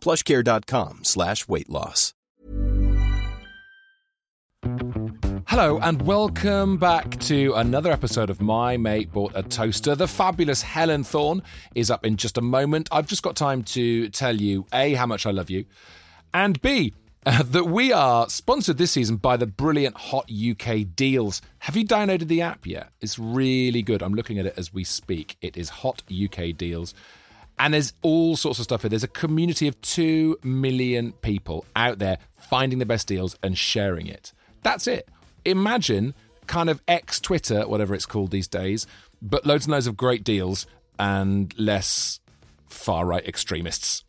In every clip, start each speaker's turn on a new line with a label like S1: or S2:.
S1: Plushcare.com slash weight loss.
S2: Hello, and welcome back to another episode of My Mate Bought a Toaster. The fabulous Helen Thorne is up in just a moment. I've just got time to tell you A, how much I love you, and B, uh, that we are sponsored this season by the brilliant Hot UK Deals. Have you downloaded the app yet? It's really good. I'm looking at it as we speak. It is Hot UK Deals. And there's all sorts of stuff here. There's a community of 2 million people out there finding the best deals and sharing it. That's it. Imagine kind of ex Twitter, whatever it's called these days, but loads and loads of great deals and less far right extremists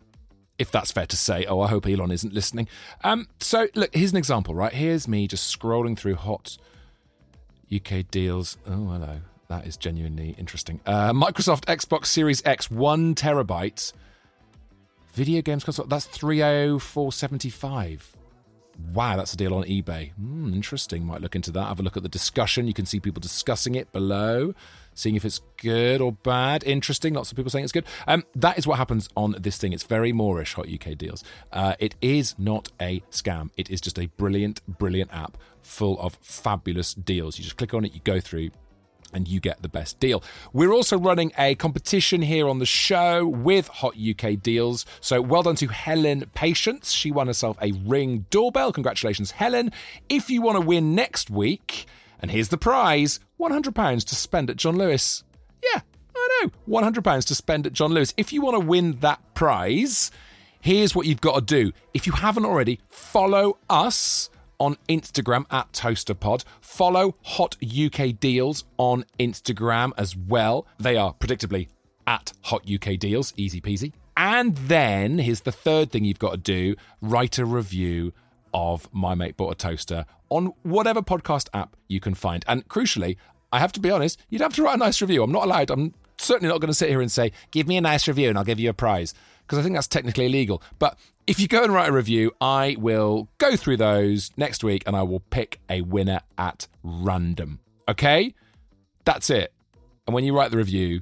S2: if that's fair to say. Oh, I hope Elon isn't listening. Um, so look, here's an example, right? Here's me just scrolling through hot UK deals. Oh, hello. That is genuinely interesting. Uh, Microsoft Xbox Series X, one terabyte. Video games console. That's 30475. Wow, that's a deal on eBay. Hmm, interesting. Might look into that. Have a look at the discussion. You can see people discussing it below, seeing if it's good or bad. Interesting. Lots of people saying it's good. Um, that is what happens on this thing. It's very Moorish Hot UK deals. Uh, it is not a scam. It is just a brilliant, brilliant app full of fabulous deals. You just click on it, you go through, and you get the best deal. We're also running a competition here on the show with Hot UK Deals. So well done to Helen Patience. She won herself a ring doorbell. Congratulations, Helen. If you want to win next week, and here's the prize £100 to spend at John Lewis. Yeah, I know. £100 to spend at John Lewis. If you want to win that prize, here's what you've got to do. If you haven't already, follow us on Instagram at ToasterPod. Follow Hot UK Deals on Instagram as well. They are predictably at Hot UK Deals, easy peasy. And then here's the third thing you've got to do write a review of My Mate Bought a Toaster on whatever podcast app you can find. And crucially, I have to be honest, you'd have to write a nice review. I'm not allowed, I'm certainly not going to sit here and say, give me a nice review and I'll give you a prize, because I think that's technically illegal. But if you go and write a review, I will go through those next week and I will pick a winner at random. Okay? That's it. And when you write the review,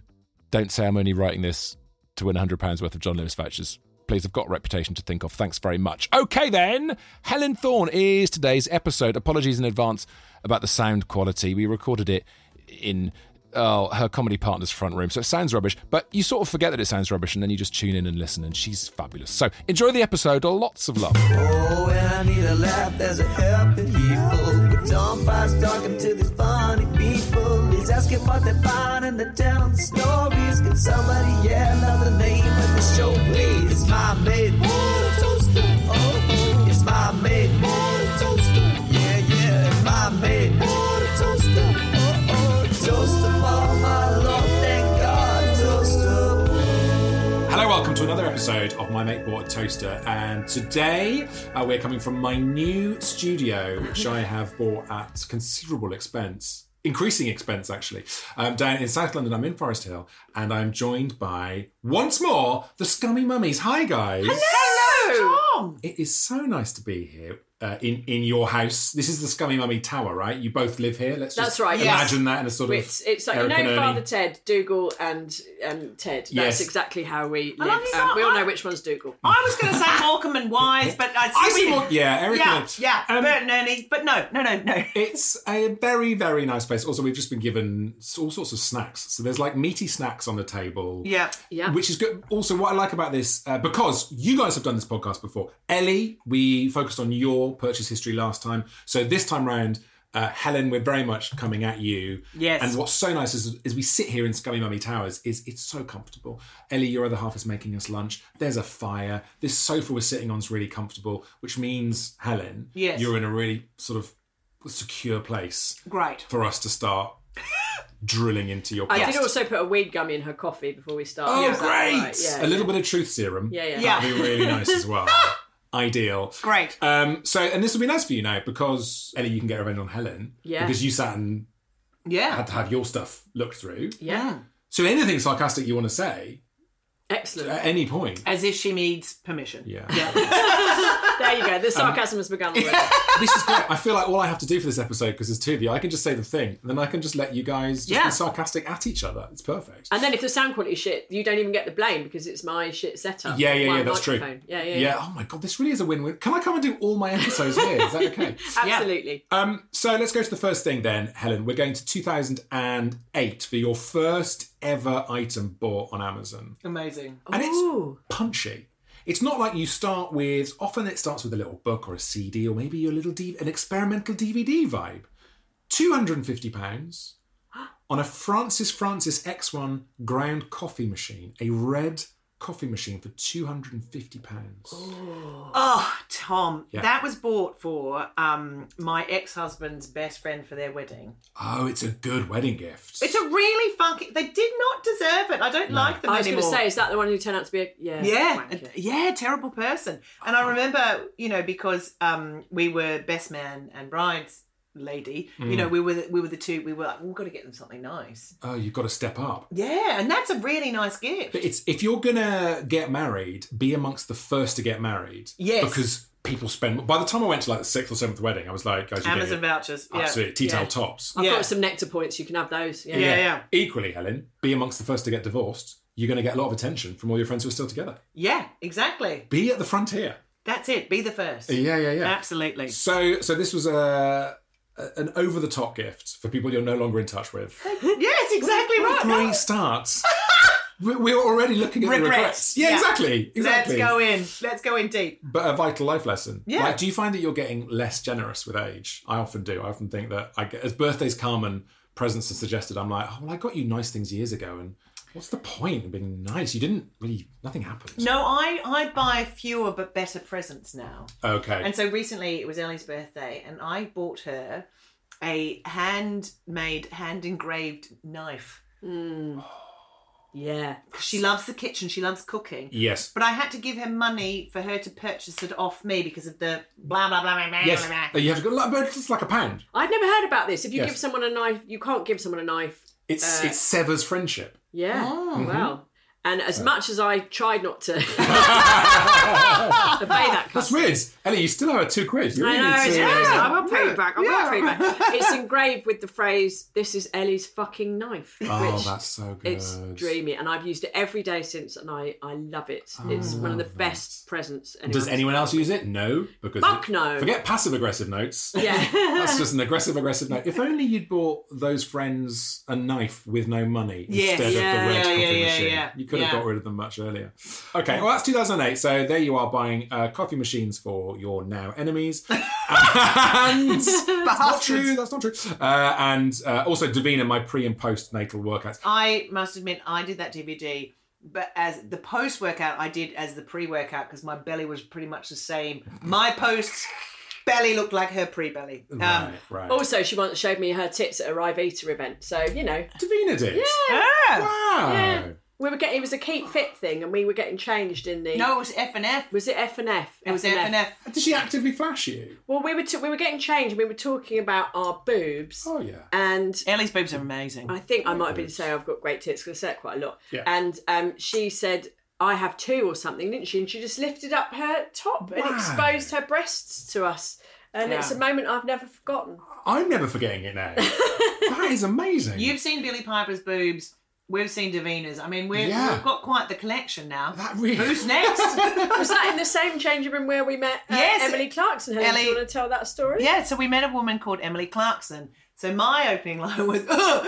S2: don't say I'm only writing this to win £100 worth of John Lewis vouchers. Please, I've got a reputation to think of. Thanks very much. Okay, then. Helen Thorne is today's episode. Apologies in advance about the sound quality. We recorded it in oh, her comedy partner's front room. So it sounds rubbish, but you sort of forget that it sounds rubbish and then you just tune in and listen, and she's fabulous. So enjoy the episode. Lots of love.
S3: Oh, and I need a laugh, there's a helping evil. With Tom Fox talking to these funny people. He's asking what they find and they're telling stories. Can somebody yell out the name of the show, please? It's my mate, Moore Toaster. Oh, oh. it's my mate, Moore Toaster. Yeah, yeah, it's my mate, Moore Toaster. Oh, oh, toaster for my love, thank God, toaster.
S4: Hello, welcome to another episode of My Mate Bought a Toaster. And today uh, we're coming from my new studio, which I have bought at considerable expense, increasing expense actually, um, down in South London. I'm in Forest Hill, and I'm joined by once more the Scummy Mummies. Hi, guys. It is so nice to be here uh, in in your house. This is the Scummy Mummy Tower, right? You both live here. Let's just
S5: That's right, yes.
S4: Imagine that in a sort
S5: It's,
S4: of
S5: it's like
S4: Eric
S5: you
S4: and
S5: know
S4: Ernie.
S5: Father Ted, Dougal, and um, Ted. That's
S4: Yes.
S5: exactly how we live.
S6: love you
S5: Um,
S6: so
S5: we all know
S6: much.
S5: which one's Dougal.
S6: I was going to say Morecambe and Wise, but I,
S4: I see more. Yeah, Eric.
S6: Yeah,
S4: and-
S6: yeah,
S4: Um,
S6: Bert and Ernie, but no, no, no, no.
S4: It's a very, very nice place. Also, we've just been given s- all sorts of snacks. So there's like meaty snacks on the table.
S6: Yeah,
S5: Yeah.
S4: Which is good. Also, what I like about this, uh, because you guys have done this podcast before, Ellie, we focused on your purchase history last time. So this time round, uh, Helen, we're very much coming at you.
S6: Yes.
S4: And what's so nice is, is we sit here in Scummy Mummy Towers is it's so comfortable. Ellie, your other half is making us lunch. There's a fire. This sofa we're sitting on is really comfortable, which means Helen,
S6: Yes.
S4: you're in a really sort of secure place
S6: great.
S4: for us to start drilling into your
S5: I
S4: past.
S5: did also put a weed gummy in her coffee before we started.
S4: Oh,
S5: Is that
S4: great!
S5: right? Yeah,
S4: a little bit of truth serum.
S5: Yeah, yeah.
S6: Yeah.
S4: That'd be really nice as well.
S2: ideal.
S7: Great.
S2: Um, so, and this will be nice for you now because Ellie, you can get revenge on Helen.
S5: Yeah.
S2: Because you sat and
S7: Yeah.
S2: had to have your stuff looked through.
S5: Yeah.
S2: So, anything sarcastic you want to say
S5: Excellent.
S2: at any
S5: Eh,
S2: point.
S7: As if she needs permission.
S2: Yeah.
S5: There you go. The sarcasm has begun already.
S2: this is great. I feel like all I have to do for this episode, because there's two of you, I can just say the thing, and then I can just let you guys just
S7: Yeah.
S2: be sarcastic at each other. It's perfect.
S5: And then if the sound quality shit, you don't even get the blame because it's my shit setup.
S2: yeah, yeah,
S5: My
S2: yeah, that's true.
S5: microphone. Yeah, yeah,
S2: Yeah, oh my god, this really is a win-win. Can I come and do all my episodes here? Is that okay?
S5: Absolutely.
S2: Um, so let's go to the first thing then, Helen. We're going to 2008 for your first ever item bought on Amazon.
S7: Amazing.
S2: And
S5: Ooh.
S2: it's punchy. It's not like you start with, often it starts with a little book or a CD or maybe your little D- an experimental DVD vibe. £250 on a Francis Francis X1 ground coffee machine, a red coffee machine for £250.
S7: Oh, Tom,
S2: Yeah.
S7: that was bought for um, my ex husband's best friend for their wedding.
S2: Oh, it's a good wedding gift.
S7: It's a really funky. They did not deserve it. I don't like them
S5: I was going to
S7: anymore.
S5: say, is that the one who turned out to be a yeah?
S7: yeah,
S5: wanker.
S7: a- yeah, terrible person. And
S2: Oh.
S7: I remember, you know, because um, we were best man and bride's lady.
S2: Mm.
S7: You know, we were we were the two. We were like, we've got to get them something nice.
S2: oh, you've got to step up.
S7: Yeah, and that's a really nice gift.
S2: But it's if you're gonna get married, be amongst the first to get married.
S7: Yes.
S2: Because people spend. By the time I went to like the sixth or seventh wedding, I was like, guys, you're
S7: Amazon
S2: getting
S7: vouchers. Yeah.
S2: absolutely detail
S5: Yeah.
S2: tops.
S5: I've
S7: Yeah.
S5: got some nectar points. You can have those. Yeah.
S7: Yeah, yeah,
S2: Equally, Helen, be amongst the first to get divorced. You're going to get a lot of attention from all your friends who are still together.
S7: yeah, exactly.
S2: Be at the frontier.
S7: That's it. Be the first.
S2: Yeah, yeah, yeah.
S7: Absolutely.
S2: So, so this was a, a- an over the top gift for people you're no longer in touch with.
S7: Yes, exactly right.
S2: Great start. we, we were already looking at the
S7: Regrets.
S2: regrets. Yeah,
S7: Yeah.
S2: exactly. Exactly.
S7: Let's go in. Let's go in deep.
S2: but a vital life lesson.
S7: Yeah.
S2: Like, do you find that you're getting less generous with age? I often do. I often think that I get, as birthdays come and presents are suggested, I'm like, oh, well, I got you nice things years ago, and what's the point in being nice? You didn't really, nothing happened.
S7: No, I I buy fewer but better presents now.
S2: Okay.
S7: And so recently it was Ellie's birthday, and I bought her a handmade, hand engraved knife.
S5: Yeah.
S7: 'Cause She loves the kitchen. She loves cooking.
S2: yes.
S7: But I had to give her money for her to purchase it off me because of the blah blah blah blah blah.
S2: Yes.
S7: blah,
S2: But
S7: blah.
S2: You have to go. Like, but it's like a pound.
S5: I'd never heard about this. If you
S2: Yes.
S5: give someone a knife, you can't give someone a knife. Uh,
S2: It's it severs friendship.
S5: Yeah. Wow. And as much as I tried not to obey that, customer,
S2: That's weird. Ellie, you still owe her two quid. You
S5: I
S2: really
S5: know.
S2: need
S5: It's,
S2: to-
S5: yeah, I will pay you back. I will pay you back. It's engraved with the phrase "This is Ellie's fucking knife,"
S2: Oh,
S5: which
S2: that's so good.
S5: it's dreamy, and I've used it every day since, and I I love it. it's one of the best presents.
S2: Oh, Does
S5: anyone's-
S2: anyone else use it? No, because
S5: Fuck no.
S2: Forget passive aggressive notes.
S5: Yeah.
S2: That's just an aggressive, aggressive note. If only you'd bought those friends a knife with no money
S7: Yes.
S2: instead
S5: Yeah,
S2: of the red
S5: yeah,
S2: coffee
S7: yeah, yeah,
S2: machine.
S7: yeah.
S2: You could have
S7: Yeah.
S2: got rid of them much earlier. Okay, well, that's 2008. So there you are buying uh, coffee machines for your now enemies. and not true. That's not true. Uh, and uh, also Davina, my pre and post natal workouts.
S7: I must admit, I did that DVD, but as the post workout, I did as the pre workout because my belly was pretty much the same. My post belly looked like her pre belly. Um,
S2: Right, right.
S5: Also, she once showed me her tits at a Rive Eater event, so you know.
S2: Davina did.
S7: ah!
S2: Wow.
S5: Yeah. We were getting it was a keep fit thing, and we were getting changed in the.
S7: No, it was F and F.
S5: Was it F and F?
S7: It was F and F.
S2: Did she actively flash you?
S5: Well, we were t- we were getting changed. and We were talking about our boobs,
S2: Oh yeah.
S5: and
S7: Ellie's boobs are amazing.
S5: I think I might have been saying I've got great tits because I said it quite a lot.
S2: Yeah.
S5: And um, she said I have two or something, didn't she? And she just lifted up her top and
S2: Wow.
S5: exposed her breasts to us, and it's a
S7: Yeah.
S5: moment I've never forgotten.
S2: I'm never forgetting it now. that is amazing.
S7: You've seen Billy Piper's boobs. We've seen Davina's. I mean, we're,
S2: Yeah.
S7: we've got quite the collection now.
S2: That really-
S7: Who's next?
S5: Was that in the same changing room where we met uh,
S7: Yes.
S5: Emily Clarkson? Helen, do you
S7: Ellie-
S5: want to tell that story?
S7: yeah, so we met a woman called Emily Clarkson. So my opening line was, oh,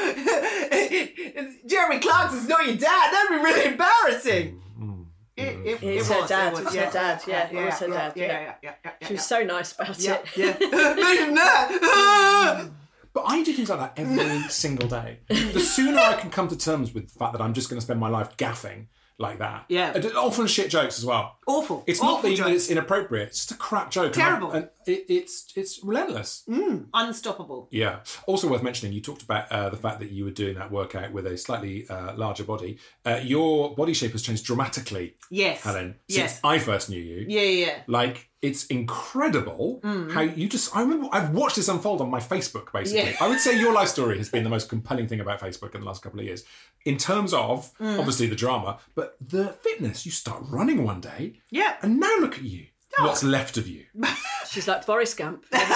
S7: Jeremy Clarkson's not your dad. That'd be really embarrassing.
S2: Mm.
S7: It, it, it
S5: It's
S7: was
S5: her
S7: it
S5: dad,
S7: was,
S5: it's her dad, yeah, it was her dad,
S7: Yeah,
S5: yeah.
S7: yeah, yeah, yeah, yeah,
S5: She was so nice about it.
S7: yeah. Imagine that.
S2: But I do things like that every single day. The sooner I can come to terms with the fact that I'm just going to spend my life gaffing like that.
S7: Yeah.
S2: And often shit jokes as well.
S7: Awful.
S2: It's
S7: Awful
S2: not that
S7: joke.
S2: it's inappropriate. It's just a crap joke. And I'm-
S7: Terrible. Mm.
S2: And, it, it's it's relentless.
S7: Unstoppable.
S2: Yeah. Also worth mentioning, you talked about uh, the fact that you were doing that workout with a slightly uh, larger body. Uh, your body shape has changed dramatically,
S7: Yes.
S2: Helen. Since
S7: Yes.
S2: I first knew you.
S7: Yeah, yeah, yeah.
S2: Like It's incredible
S5: Mm.
S2: how you just. I remember I've watched this unfold on my Facebook. Basically,
S7: Yeah.
S2: I would say your life story has been the most compelling thing about Facebook in the last couple of years, in terms of
S5: Mm.
S2: obviously the drama, but the fitness. You start running one day,
S7: Yeah.
S2: and now look at you.
S5: Oh.
S2: What's left of you?
S5: She's like Forrest Gump.
S2: It's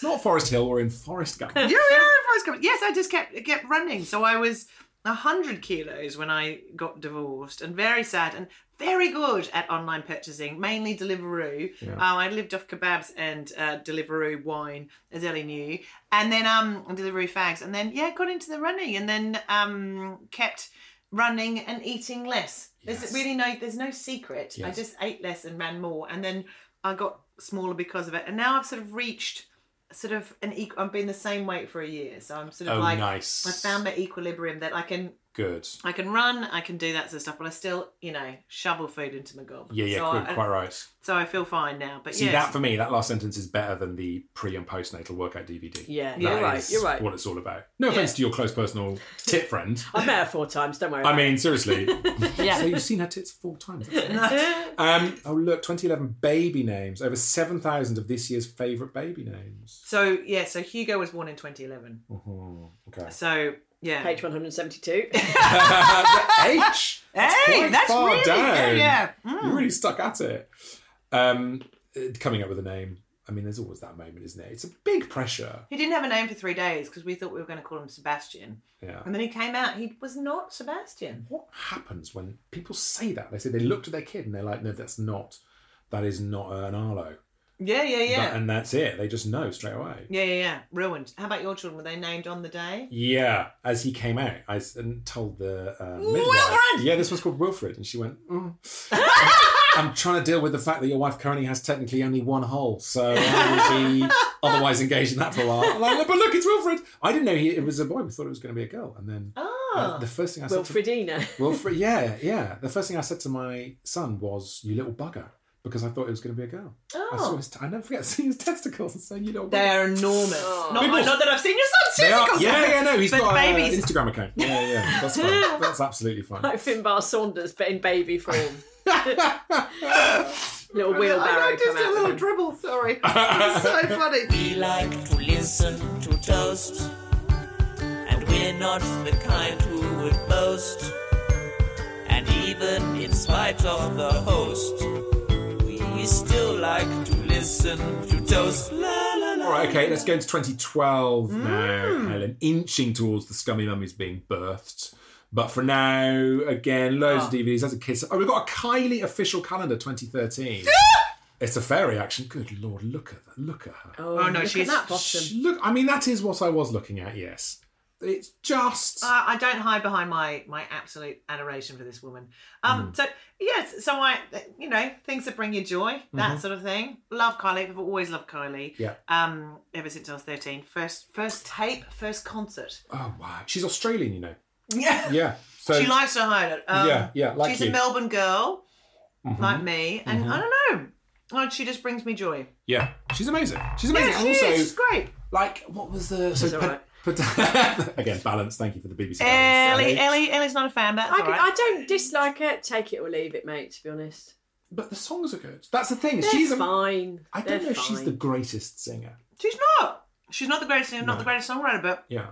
S2: not Forest Hill. We're in Forest Gump.
S7: yeah, yeah, everyone's coming. Yes, I just kept kept running. So I was hundred kilos when I got divorced, and very sad and very good at online purchasing, mainly Deliveroo. Um, I lived off kebabs and uh, Deliveroo wine, as Ellie knew, and then um and Deliveroo fags, and then yeah, got into the running, and then um kept running and eating less. There's really no there's no secret. I just ate less and ran more, and then I got smaller because of it, and now I've sort of reached sort of an equ- I've been the same weight for a year, so I'm sort of
S2: Oh,
S7: like
S2: nice.
S7: I found my equilibrium that I can
S2: Good.
S7: I can run, I can do that sort of stuff, but I still you know shovel food into my gob.
S2: Yeah, yeah,
S7: so
S2: quite,
S5: uh,
S7: I,
S2: quite right.
S7: So I feel fine now, but
S2: See,
S7: yeah,
S2: that for me, that last sentence is better than the pre and postnatal workout DVD.
S5: Yeah,
S2: That
S5: you're right,
S2: is
S5: you're right.
S2: What it's all about. No offense to your close personal tit friend.
S5: I've met her four times, don't worry.
S2: I
S5: about
S2: mean, seriously.
S5: Yeah.
S2: So you've seen her tits four times. that's it. um, oh look, 2011 baby names. Over 7,000 of this year's favourite baby names.
S7: so yeah, so Hugo was born in 2011, Oh,
S2: Okay.
S7: so yeah,
S5: it. Page 172.
S2: H.
S7: hey,
S2: quite
S7: that's
S2: far
S7: really yeah,
S2: down.
S7: yeah. Mm.
S2: You really stuck at it. Um, uh, coming up with a name. I mean, there's always that moment, isn't it? It's a big pressure.
S7: He didn't have a name for three days because we thought we were going to call him Sebastian,
S2: Yeah.
S7: and then he came out. He was not Sebastian.
S2: what happens when people say that? They say they looked at their kid and they're like, no, that's not, that is not an Arlo.
S7: Yeah, yeah, yeah.
S2: That- and that's it. They just know straight away.
S7: Yeah, yeah, yeah. Ruined. How about your children? Were they named on the day?
S2: Yeah, as he came out, I s- and told the uh, midwife.
S7: Wilfred!
S2: Yeah, this was called Wilfred, and she went. "Mm." I'm trying to deal with the fact that your wife currently has technically only one hole, so I will be otherwise engaged in that for a while. I'm like, but look, it's Wilfred. I didn't know he, it was a boy. We thought it was going to be a girl, and then uh,
S7: Ah,
S2: the first thing I said to
S5: Wilfredina.
S2: Wilfred, yeah, yeah. The first thing I said to my son was, "You little bugger," because I thought it was going to be a girl. I saw his, I never forget seeing his testicles and saying, "You little."
S7: They
S2: bugger."
S7: are enormous. Not,
S2: People-
S7: not that I've seen your son's
S2: They are-
S7: testicles.
S2: yeah, yeah, no. He's
S7: but
S2: got an
S7: babies.
S2: Instagram account. Yeah, yeah, that's fine. That's absolutely fine.
S5: Like Finbar Saunders, but in baby form. little
S7: I
S5: wheelbarrow
S7: just
S5: come
S7: did a
S5: out.
S7: little
S5: of them.
S7: dribble. Sorry, it's so funny.
S8: We like to listen to toast, and we're not the kind who would boast. And even in spite of the host, we still like to listen to toast. La la la.
S2: All right, okay. Let's go into 2012
S7: Mm.
S2: now, Helen. Inching towards the Scummy Mummies being birthed. But for now, again, loads of DVDs. As a kid, oh, we've got a Kylie official calendar 2013. it's a fairy action. Good lord, look at that! Look at her.
S7: Oh no,
S5: Look
S7: she's.
S5: at that bottom.
S2: Sh- Look, I mean, that is what I was looking at, yes. It's just.
S7: I I don't hide behind my my absolute adoration for this woman.
S2: Mm-hmm.
S7: Um, so yes, so I, you know, things that bring you joy, that sort of thing. Love Kylie. I've always loved Kylie.
S2: Mm-hmm. Yeah.
S7: Um, ever since I was thirteen. First, first tape, first concert.
S2: oh, wow. She's Australian, you know.
S7: Yeah.
S2: Yeah. So,
S7: she likes to hide it. Um,
S2: Yeah, yeah, like
S7: she's
S2: you. Mm-hmm.
S7: a Melbourne girl, like me, and I don't know. Oh, she just brings me joy.
S2: yeah. She's amazing. She's
S7: Yeah,
S2: amazing.
S7: she
S2: and also,
S7: is. She's great.
S2: like, what was the. So,
S5: all right.
S2: pa- again, balance. Thank you for the BBC. balance,
S7: Ellie, Ellie, Ellie's not a fan, but
S5: I,
S7: that's all right.
S5: I don't dislike it. Take it or leave it, mate, to be honest.
S2: But the songs are good. That's the thing.
S5: They're
S2: she's a-
S5: fine.
S2: I don't
S5: They're
S2: know if she's
S5: fine.
S2: the greatest singer.
S7: she's not. She's not the greatest singer, not the greatest songwriter, but
S2: Yeah.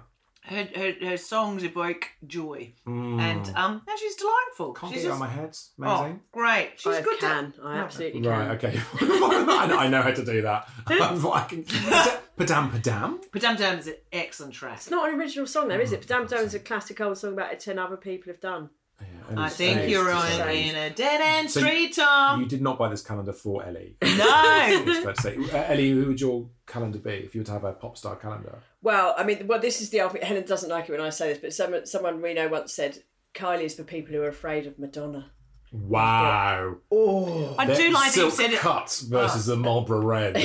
S7: her, her, her songs evoke joy, and um, and she's delightful.
S2: Hmm. Can't
S7: she's
S2: get it
S7: just-
S2: on my eh? head. It's
S7: oh,
S2: Amazing.
S7: great. She's
S5: I
S7: good.
S5: can.
S7: To,
S5: I absolutely
S2: Right,
S5: can.
S2: okay. I know- I know how to do that. I can. Padam, padam.
S7: Padam Dam is an excellent track.
S5: It's not an original song, though, is
S2: Oh,
S5: it? Damn Down is a classic old song about it ten other people have done.
S7: I think you're on
S5: just
S7: in a dead end
S2: So
S7: street, Tom.
S2: You did not buy this calendar for Ellie.
S7: no.
S2: It's fair to say. Uh, Ellie, who would your calendar be if you were to have a pop star calendar?
S5: Well, I mean, well, this is the alphabet. Helen doesn't like it when I say this, but someone, someone we know once said Kylie's for people who are afraid of Madonna.
S2: Wow.
S7: I do like that you
S2: Oh, Silk
S7: said it. Ah.
S2: cuts versus the Marlboro Red.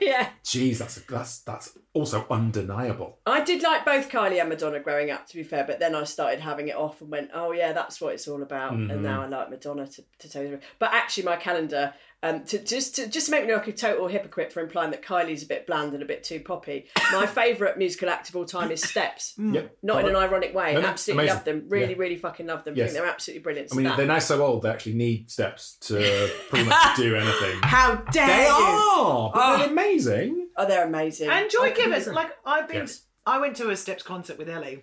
S5: yeah.
S2: Jeez, that's that's that's also undeniable.
S5: I did like both Kylie and Madonna growing up, to be fair, but then I started having it off and
S2: Mm-hmm.
S5: went, oh, yeah, that's what it's all about. And now I like Madonna to, to tell you. the truth. But actually, my calendar Um, to just to just to make me look a total hypocrite for implying that Kylie's a bit bland and a bit too poppy. My favourite musical act of all time is Steps.
S7: Mm.
S2: Yep.
S5: Not in an
S2: Alright.
S5: ironic way.
S2: No, no,
S5: absolutely
S2: amazing.
S5: love them. Really,
S2: Yeah.
S5: really fucking love them.
S2: Yes.
S5: think they're absolutely brilliant.
S2: I mean,
S5: So
S2: they're
S5: that-
S2: now so old they actually need steps to pretty much do anything.
S7: How dare
S2: They
S7: you?
S2: are, but they're amazing.
S5: oh, they're amazing.
S7: And Joy Givers, like I've been,
S2: Yes.
S7: I went to a Steps concert with Ellie.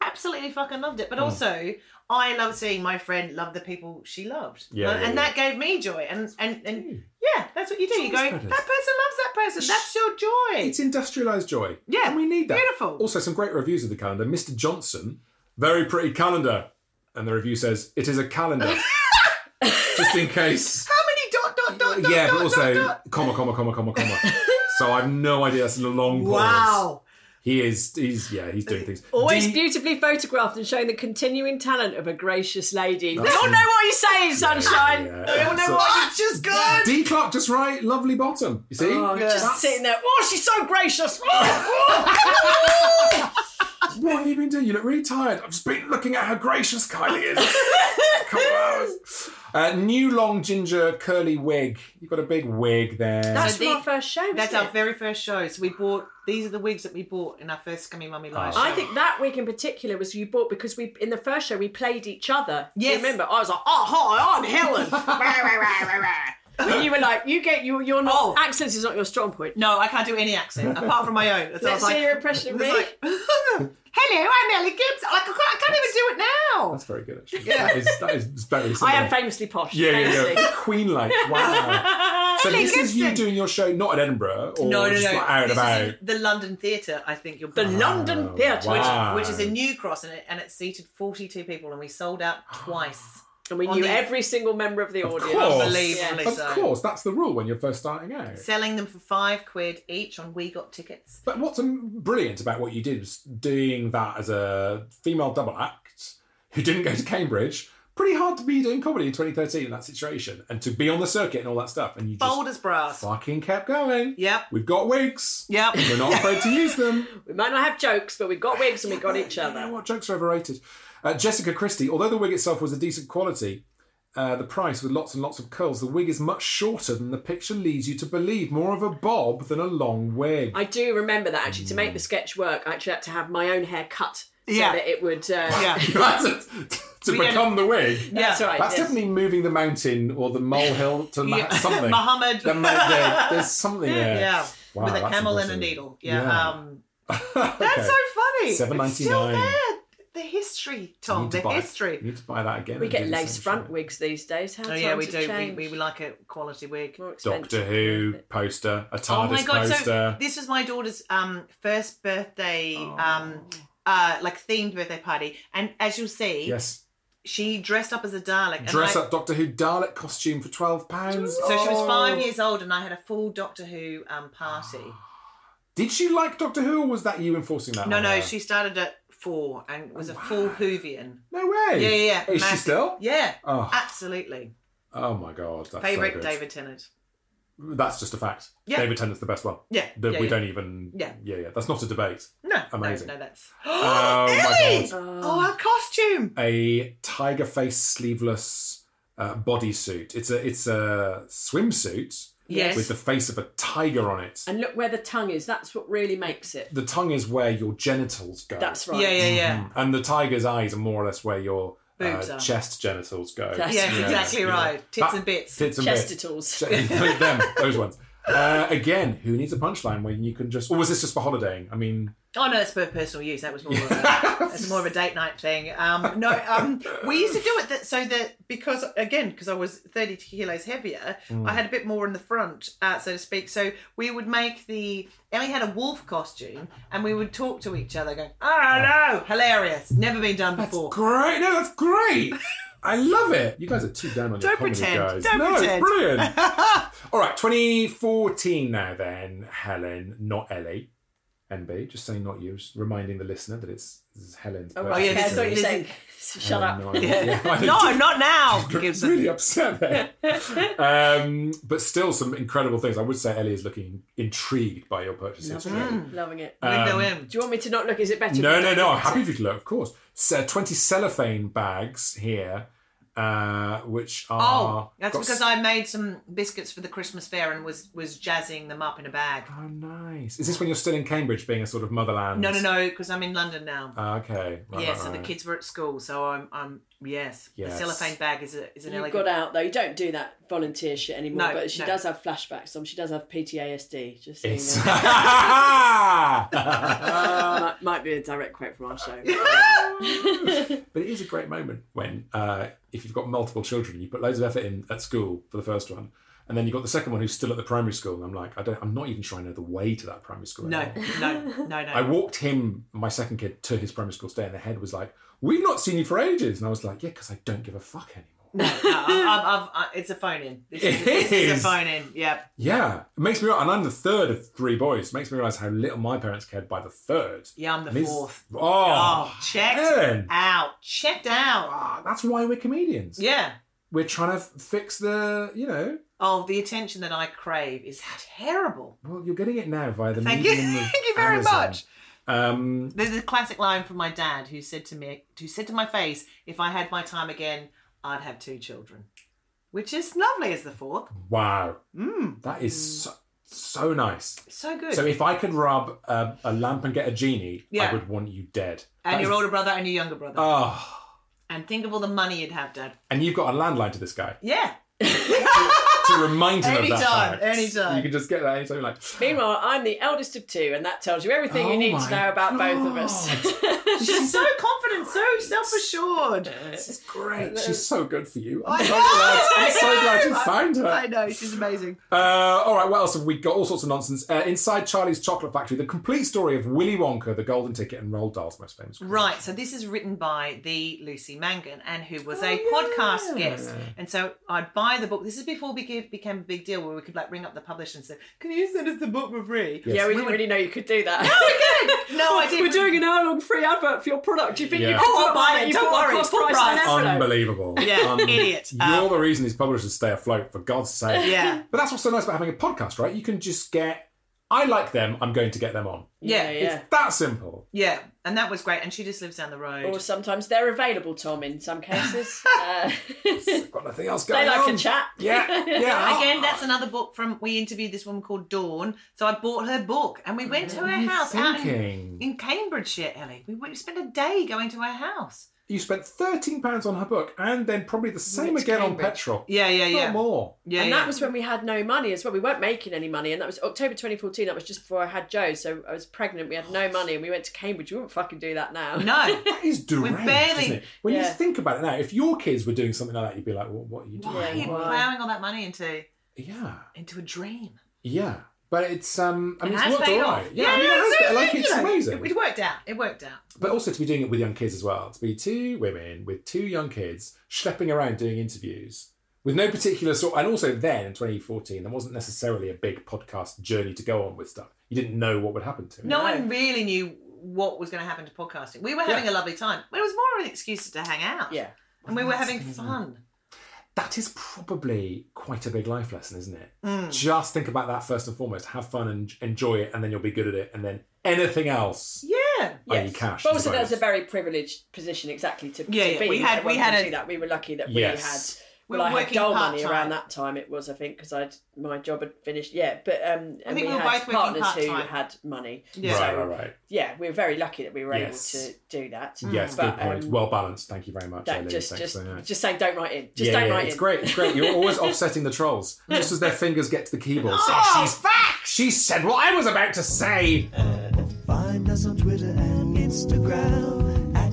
S7: Absolutely fucking loved
S2: Hmm.
S7: it. But also, I loved seeing my friend love the people she loved.
S2: Yeah,
S7: and
S2: yeah,
S7: and that gave me joy. And and and yeah, that's what you do. you go,
S2: Joy's
S7: that person
S2: better.
S7: loves that person. That's your joy.
S2: It's industrialized joy.
S7: Yeah,
S2: and we need that.
S7: beautiful.
S2: Also, some great reviews of the calendar. Mr. Johnson, very pretty calendar, and the review says it is a calendar. Just in case.
S7: How many dot dot dot dot
S2: yeah,
S7: dot
S2: but also
S7: dot dot?
S2: comma comma comma comma comma. so I've no idea. That's a long pause.
S7: Wow.
S2: He is. He's yeah. He's doing things.
S5: Always
S2: D-
S5: beautifully photographed and showing the continuing talent of a gracious lady. We all know what you're saying, sunshine.
S2: Yeah,
S5: We all know
S2: so-
S5: what
S7: It's just good.
S2: D Clark just right, lovely bottom. You see?
S5: you're
S2: That's-
S5: just sitting there. Oh, she's so gracious.
S2: What have you been doing? You look really tired. I've just been looking at how gracious Kylie is. Come on. Uh, new long ginger curly wig. You've got a big wig there.
S5: That's from
S7: the-
S5: our first show.
S7: That's
S5: wasn't
S7: our
S5: it?
S7: very first show. So we bought these are the wigs that we bought in our first Scummy Mummy live.
S2: Oh.
S7: show.
S5: I think that week in particular was you bought because we in the first show we played each other. Do you
S7: Yes.
S5: remember? I was like, "Oh, hi, I'm Helen," and you were like, "You get you, you're not
S7: Oh.
S5: accent is not your strong point."
S7: No, I can't do any accent apart from my own. So I was
S5: Let's
S7: like,
S5: hear your impression of me.
S7: It's like, Hello, I'm Ellie Gibbs. Like, I can't, I can't even do it now.
S2: That's very good, actually. That is, that is very
S5: I
S2: similar.
S5: am famously posh.
S2: Yeah, yeah,
S5: famously.
S2: yeah. Queen like. Wow. so this is you
S7: Gibson.
S2: doing your show not at Edinburgh or just like out and
S7: This
S2: about.
S7: is in the London Theatre, I think you're
S5: The London Theatre,
S2: wow.
S5: which-
S7: which is in New Cross, and it, and it seated 42 people, and we sold out twice.
S5: and we
S7: On
S5: knew
S7: the-
S5: every single member of the audience.
S2: course.
S7: Unbelievably
S2: Of
S7: so.
S2: course, that's the rule when you're first starting out.
S7: Selling them for five quid each on We Got Tickets.
S2: But what's um, brilliant about what you did was doing that as a female double act who didn't go to Cambridge. Pretty hard to be doing comedy in 2013 in that situation, and to be on the circuit and all that stuff. And you just
S7: Bold as brass.
S2: fucking kept going.
S7: Yep.
S2: We've got wigs.
S7: Yep.
S2: We're not afraid to use them.
S5: We might not have jokes, but we've got wigs and we got each
S2: You know
S5: other.
S2: what? Jokes are overrated. Uh, Jessica Christie, although the wig itself was a decent quality, uh, the price with lots and lots of curls, the wig is much shorter than the picture leads you to believe. More of a bob than a long wig.
S5: I do remember that actually. To make the sketch work, I actually had to have my own hair cut so
S7: Yeah.
S5: that it would. Uh,
S7: Yeah.
S2: That's it. to
S7: don't-
S2: become the wig.
S5: That's right.
S2: That's
S5: yes.
S2: definitely moving the mountain or the molehill to ma-
S7: Yeah.
S2: something.
S7: Muhammad.
S2: The mo- there- there's something there.
S7: Yeah.
S2: Wow,
S7: With a
S2: that's
S7: camel and a
S2: impressive.
S7: needle. Yeah.
S2: Yeah.
S7: Um, that's so funny. It's still
S2: $7.99.
S7: there. The history,
S2: You
S7: Tom.
S2: need to
S7: The
S2: buy-
S7: history.
S2: you need to buy that again.
S5: We
S2: and
S5: get
S2: do the
S5: lace
S2: same
S5: front
S2: shit.
S5: wigs these days. How
S7: Oh yeah,
S5: times
S7: we
S5: have
S7: do. We,
S5: changed.
S7: we we like a quality wig.
S5: More expensive.
S2: Doctor Who poster, a TARDIS
S7: oh my god! So
S2: poster.
S7: this was my daughter's um, first birthday, um, uh, like themed birthday party, and as you'll see,
S2: yes.
S7: she dressed up as a Dalek. and
S2: Dress
S7: I-
S2: up Doctor Who Dalek costume for twelve pounds. Oh.
S7: So she was five years old, and I had a full Doctor Who um, party.
S2: Ah. Did she like Doctor Who, or was that you enforcing that?
S7: No,
S2: on
S7: no,
S2: her?
S7: she started at four and was
S2: Oh,
S7: a full Hoovian.
S2: No way.
S7: Yeah, yeah, yeah.
S2: Is she
S7: massive.
S2: still?
S7: Yeah,
S2: Oh.
S7: absolutely.
S2: Oh my god. That's so
S7: Favorite
S2: good.
S7: David Tennant.
S2: That's just a fact.
S7: Yeah.
S2: David Tennant's the best one.
S7: Yeah,
S2: The,
S7: yeah,
S2: we
S7: yeah.
S2: don't even.
S7: Yeah.
S2: Yeah, yeah. That's not a debate.
S7: No,
S2: Amazing.
S7: no, no, that's
S2: Oh my god.
S7: oh her costume.
S2: a tiger face sleeveless uh, bodysuit. It's a it's a swimsuit
S7: Yes.
S2: with the face of a tiger on it.
S5: And look where the tongue is. That's what really makes it.
S2: The tongue is where your genitals go. Mm-hmm.
S5: That's right.
S7: yeah, yeah, yeah.
S2: And the tiger's eyes are more or less where your
S7: Boobs
S2: uh,
S7: are.
S2: chest genitals go.
S5: That's
S7: Yes,
S5: Yeah,
S7: exactly
S2: yeah.
S7: right. Tits
S2: That-
S7: and bits.
S2: Tits and bits.
S5: Chestertals.
S2: Che- Them, those ones. Uh, again, who needs a punchline when you can just? Or was this just for holidaying? I mean,
S7: Oh no, it's for personal use. That was more of a, it's more of a date night thing. Um, no, um, we used to do it that so that because again because I was thirty kilos heavier,
S2: Mm.
S7: I had a bit more in the front, uh, so to speak. So we would make the Ellie had a wolf costume, and we would talk to each other, going, "Oh no, hilarious! Never been done before."
S2: great. No, that's great. I love it. You guys are too down on your
S7: Don't
S2: comedy,
S7: pretend.
S2: guys.
S7: Don't
S2: no,
S7: pretend.
S2: it's brilliant. All right, 2014 now then, Helen, not Ellie. NB, just saying not you, just reminding the listener that it's, this is Helen's
S5: Oh,
S2: birthday.
S5: right.
S7: yeah,
S5: okay, I
S7: this
S5: thought
S7: is-
S5: you were
S7: this
S5: saying, shut up.
S2: No, yeah.
S7: No, not now.
S2: It's
S7: Gives them-
S2: really upset there. um, but still, some incredible things. I would say Ellie is looking intrigued by your purchase history.
S5: Loving it.
S2: um,
S7: Window in.
S5: Do you want me to not look? Is it better? if
S2: No,
S5: I
S2: no,
S5: don't
S2: no.
S5: look
S2: I'm
S5: at
S2: happy
S5: it?
S2: for you to look, of course. So 20 cellophane bags here. uh, which
S7: Oh,
S2: are.
S7: that's
S2: Ah, got s-
S7: because I made some biscuits for the Christmas fair and was was jazzing them up in a bag.
S2: Oh, nice. Is this when you're still in Cambridge being a sort of motherland?
S7: No, no, no, because I'm in London now.
S2: Ah, okay. Right,
S7: yes,
S2: right,
S7: and the
S2: right.
S7: kids were at school, so I'm, I'm yes.
S2: Yes.
S7: The cellophane bag is a, is an
S5: You
S7: elegant.
S5: got out though. You don't do that volunteer shit anymore.
S7: No,
S5: but she
S7: no.
S5: does have flashbacks. Some she does have PTASD. Just seeing
S2: It's.
S5: that. Uh, might, might be a direct quote from our show.
S2: But it is a great moment when, uh, if you've got multiple children, you put loads of effort in at school for the first one, and then you've got the second one who's still at the primary school. And I'm like, I don't, I'm not even sure I know the way to that primary school.
S7: No,
S2: anymore.
S7: no, no,
S2: I
S7: no.
S2: walked him, my second kid, to his primary school today, and the head was like, "We've not seen you for ages," and I was like, "Yeah, because I don't give a fuck anymore."
S7: No, no, I've, I've, I've, I- it's a phone in. This is,
S2: It
S7: this is
S2: is.
S7: a phone in. Yeah.
S2: yeah, it makes me, real- and I'm the third of three boys. It makes me realize how little my parents cared by the third.
S7: Yeah, I'm the
S2: Miss-
S7: fourth.
S2: Oh,
S7: Oh, checked
S2: Helen.
S7: out. Checked out.
S2: Ah, that's why we're comedians.
S7: Yeah.
S2: We're trying to f- fix the, you know,
S7: Oh, the attention that I crave is terrible.
S2: Well, you're getting it now via the
S7: Thank you.
S2: medium of
S7: Thank you very
S2: Amazon.
S7: much.
S2: Um,
S7: There's a classic line from my dad who said to me, who said to my face, if I had my time again, I'd have two children. Which is lovely as the fourth.
S2: wow,
S7: Mm.
S2: that is so, so nice.
S7: So good.
S2: So if I could rub a, a lamp and get a genie, I
S7: Yeah.
S2: would want you dead.
S7: and
S2: That
S7: your
S2: is-
S7: older brother and your younger brother.
S2: Oh,
S7: and think of all the money you'd have, Dad.
S2: and you've got a landline to this guy
S7: Yeah.
S2: to remind him of that.
S7: Anytime,
S2: fact.
S7: anytime.
S2: You can just get that anytime. You're like,
S5: Meanwhile, I'm the eldest of two, and that tells you everything
S2: Oh
S5: you need
S2: my
S5: to know about both of us.
S7: She's so confident, so self
S5: Uh,
S7: assured.
S2: this is great. She's so good for you. I'm so glad, I'm so glad you found her.
S7: Uh, I know, she's amazing.
S2: Uh, all right, what else have we got? All sorts of nonsense. Uh, inside Charlie's Chocolate Factory, the complete story of Willy Wonka, the Golden Ticket, and Roald Dahl's most famous. creation.
S7: Right, so this is written by the Lucy Mangan, and who was a podcast guest. And so I'd buy the book. This is before we ge- became a big deal, where we could like ring up the publisher and say, "Can you send us the book for free?"
S5: yeah, we didn't really know you could do that.
S7: No, I didn't.
S5: We're doing an hour-long free advert for your product. Do you think
S2: Yeah.
S5: you can
S7: Oh, I'll
S5: put
S7: buy
S5: that
S7: it.
S5: You
S7: Don't
S5: put a
S7: worry,
S5: cost
S7: full
S5: price on
S7: price.
S5: envelope?
S2: Unbelievable.
S7: Yeah,
S2: Um,
S7: idiot.
S2: You're
S7: Um,
S2: the reason these publishers stay afloat, for God's sake.
S7: Yeah.
S2: But that's what's so nice about having a podcast, right? You can just get, I like them, I'm going to get them on.
S5: Yeah,
S7: Yeah,
S5: yeah.
S2: That simple.
S7: yeah, and that was great. And she just lives down the road.
S5: Or sometimes they're available, Tom, in some cases. Uh, they
S2: Got nothing else going
S5: like
S2: on.
S5: a chat.
S2: Yeah, yeah.
S7: Again, that's another book from. We interviewed this woman called Dawn, so I bought her book, and we went to
S2: What are
S7: her
S2: you
S7: house out in,
S2: thinking?
S7: in Cambridgeshire, Ellie. We, we spent a day going to her house.
S2: You spent £13 on her book and then probably the same
S5: Went to
S2: again on
S5: Cambridge.
S2: petrol.
S7: Yeah, yeah,
S2: Not
S7: yeah,
S2: more.
S7: yeah.
S5: and
S7: yeah.
S5: that was when we had no money as well. We weren't making any money, and that was October 2014. That was just before I had Joe, so I was pregnant. We had no money, and we went to Cambridge. We wouldn't fucking do that now.
S7: no.
S2: That is deranged,
S7: barely-
S2: isn't it? When you
S5: Yeah.
S2: think about it now, if your kids were doing something like that, you'd be like, well, what are you doing?
S7: Why are you
S5: Why?
S7: plowing all that money into
S2: Yeah,
S7: into a dream?
S2: yeah. But it's, um, I mean,
S7: It
S2: it's
S7: has
S2: worked all
S7: paid
S2: right.
S7: off.
S2: Yeah, I mean, it has
S7: so,
S2: been- like,
S7: you
S2: it's
S7: know,
S2: amazing.
S7: It, it worked out. It worked out.
S2: But also to be doing it with young kids as well. To be two women with two young kids schlepping around doing interviews with no particular sort. And also then in 2014, there wasn't necessarily a big podcast journey to go on with stuff. You didn't know what would happen to it.
S7: No one really knew what was going to happen to podcasting. We were having
S2: Yeah.
S7: a lovely time. It was more an excuse to hang out.
S5: Yeah.
S7: And we were having fun.
S2: That is probably quite a big life lesson, isn't it?
S7: Hmm.
S2: Just think about that first and foremost. Have fun and enjoy it, and then you'll be good at it. And then anything else,
S7: Yeah.
S2: i.e., cash.
S5: But
S2: is
S5: also,
S2: a bonus.
S5: that's a very privileged position, exactly. To,
S7: Yeah,
S5: to
S7: yeah.
S5: be.
S7: We had-
S5: Everyone
S7: we had
S5: can
S7: a-
S5: do that. We were lucky that
S2: Yes.
S5: we
S7: We
S5: had. Well,
S7: were
S5: I had
S7: working
S5: dole money
S7: part-time.
S5: around that time. It was, I think, because I my job had finished. Yeah, but um, and
S7: think
S5: we
S7: we were
S5: had
S7: both working
S5: partners who
S7: part-time.
S5: had money.
S7: Yeah.
S5: So,
S2: right, right, right.
S5: yeah, we were very lucky that we were
S2: Yes.
S5: able to do that.
S2: Yes,
S5: But,
S2: good point.
S5: um,
S2: well balanced. Thank you very much.
S5: don't-
S2: Eileen.
S5: just,
S2: Thanks
S5: just,
S2: so much.
S5: just saying, don't write in. Just
S2: yeah,
S5: don't
S2: yeah,
S5: write in.
S2: it's great. It's great. You're always offsetting the trolls, just as their fingers get to the keyboard.
S7: Oh,
S2: she's She said what I was about to say.
S3: Find us on Twitter and Instagram. At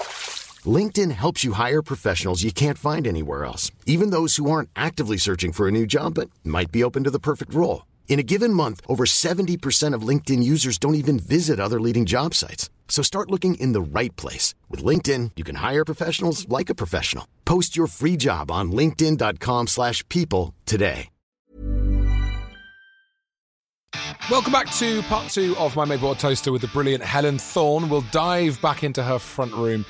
S9: LinkedIn helps you hire professionals you can't find anywhere else, even those who aren't actively searching for a new job but might be open to the perfect role. In a given month, over 70% of LinkedIn users don't even visit other leading job sites. So start looking in the right place. With LinkedIn, you can hire professionals like a professional. Post your free job on linkedin.com/people slash people today.
S2: Welcome back to part two of My Maidbot Toaster with the brilliant Helen Thorne. We'll dive back into her front room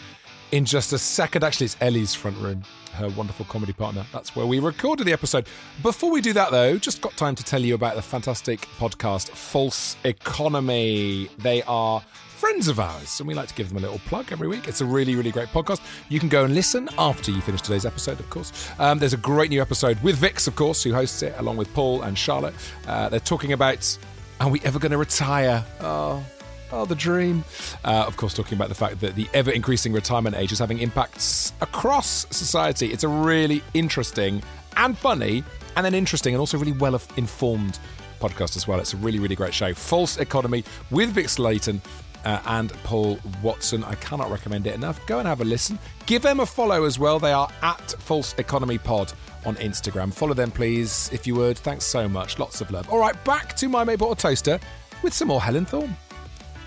S2: in just a second. Actually, it's Ellie's front room, her wonderful comedy partner. That's where we recorded the episode. Before we do that, though, just got time to tell you about the fantastic podcast False Economy. They are friends of ours, and we like to give them a little plug every week. It's a really, really great podcast. You can go and listen after you finish today's episode, of course. Um, there's a great new episode with Vix, of course, who hosts it, along with Paul and Charlotte. Uh, they're talking about are we ever going to retire? Oh, Oh, the dream. Uh, of course, talking about the fact that the ever increasing retirement age is having impacts across society. It's a really interesting and funny, and then interesting and also really well informed podcast as well. It's a really, really great show. False Economy with Vic Slayton. uh, and Paul Watson. I cannot recommend it enough. Go and have a listen. Give them a follow as well. They are at False Economy Pod on Instagram. Follow them, please, if you would. Thanks so much. Lots of love. All right, back to my Maybot Toaster with some more Helen Thorne.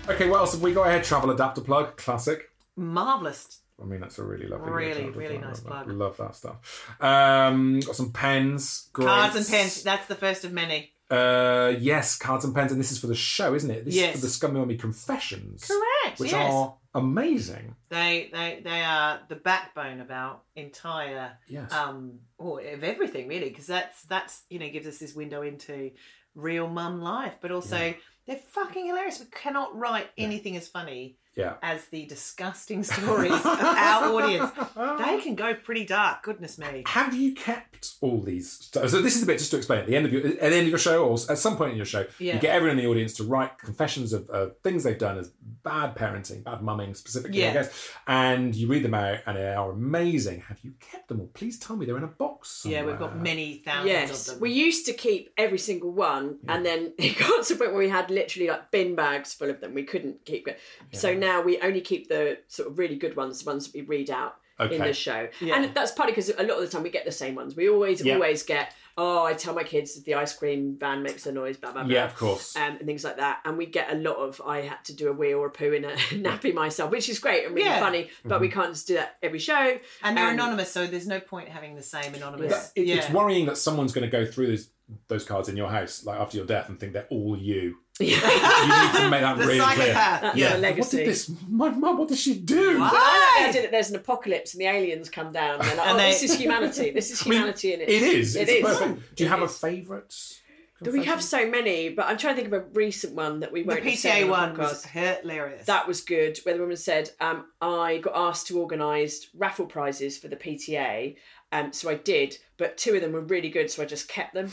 S10: Okay, what else have we got here? Travel adapter plug, classic.
S7: Marvelous.
S10: I mean, that's a really lovely,
S7: Really,
S10: little adapter
S7: really
S10: plug. I
S7: nice
S10: love
S7: plug.
S10: that. Love that stuff. Um, got some pens, great.
S7: Cards and pens. That's the first of many.
S10: Uh, yes, cards and pens, and this is for the show, isn't it? This
S7: Yes.
S10: is for the Scummy Army Confessions.
S7: Correct,
S10: Which
S7: yes.
S10: are amazing.
S7: They they they are the backbone of our entire
S10: Yes.
S7: um or of everything really because that's that's you know gives us this window into real mum life, but also they're fucking hilarious. We cannot write anything as funny
S10: Yeah.
S7: as the disgusting stories of our audience. They can go pretty dark. Goodness me.
S10: Have you kept all these? So so this is a bit just to explain. At the end of your at the end of your show, or at some point in your show,
S7: Yeah.
S10: you get everyone in the audience to write confessions of, of things they've done as bad parenting, bad mumming specifically, I
S7: Yeah.
S10: guess. And you read them out, and they are amazing. Have you kept them all? Please tell me they're in a box.
S7: Yeah, we've got
S10: somewhere.
S7: many thousands of
S5: Yes,
S7: them.
S5: we used to keep every single one, and then it got to a point where we had literally like bin bags full of them. We couldn't keep it, so now we only keep the sort of really good ones, the ones that we read out in
S10: Okay.
S5: the show.
S7: Yeah.
S5: And that's partly because a lot of the time we get the same ones. We always,
S10: Yeah.
S5: always get. Oh, I tell my kids the ice cream van makes a noise, blah blah blah.
S10: Yeah, of course.
S5: Um, and things like that, and we get a lot of I had to do a wee or a poo in a nappy myself, which is great and really
S7: Yeah.
S5: funny, but
S10: Mm-hmm.
S5: we can't just do that every show.
S7: And they're
S5: Um,
S7: anonymous, so there's no point having the same anonymous.
S10: That- it-
S7: yeah.
S10: It's worrying that someone's going to go through those those cards in your house, like after your death, and think they're all you. You need to make that
S7: The
S10: really
S7: psychopath.
S10: clear.
S5: That's
S10: Yeah.
S5: our
S10: What
S5: legacy.
S10: did this? My mum. What did she do?
S5: I like
S7: What? Right.
S5: the idea that there's an apocalypse and the aliens come down. And they're like,
S7: And
S5: oh,
S7: they-
S5: this is humanity. This is
S10: I mean,
S5: humanity in it.
S10: It is.
S5: It
S10: it's
S5: is.
S10: perfect. Do you
S5: It
S10: have a
S5: is.
S10: favourite?
S5: We have
S10: confession?
S5: so many, but I'm trying to think of a recent one that we
S7: The
S5: won't. have said
S7: PTA
S5: on the
S7: one was
S5: podcast.
S7: hilarious.
S5: That was good. Where the woman said, um, "I got asked to organise raffle prizes for the PTA." Um, so I did, but two of them were really good, so I just kept them.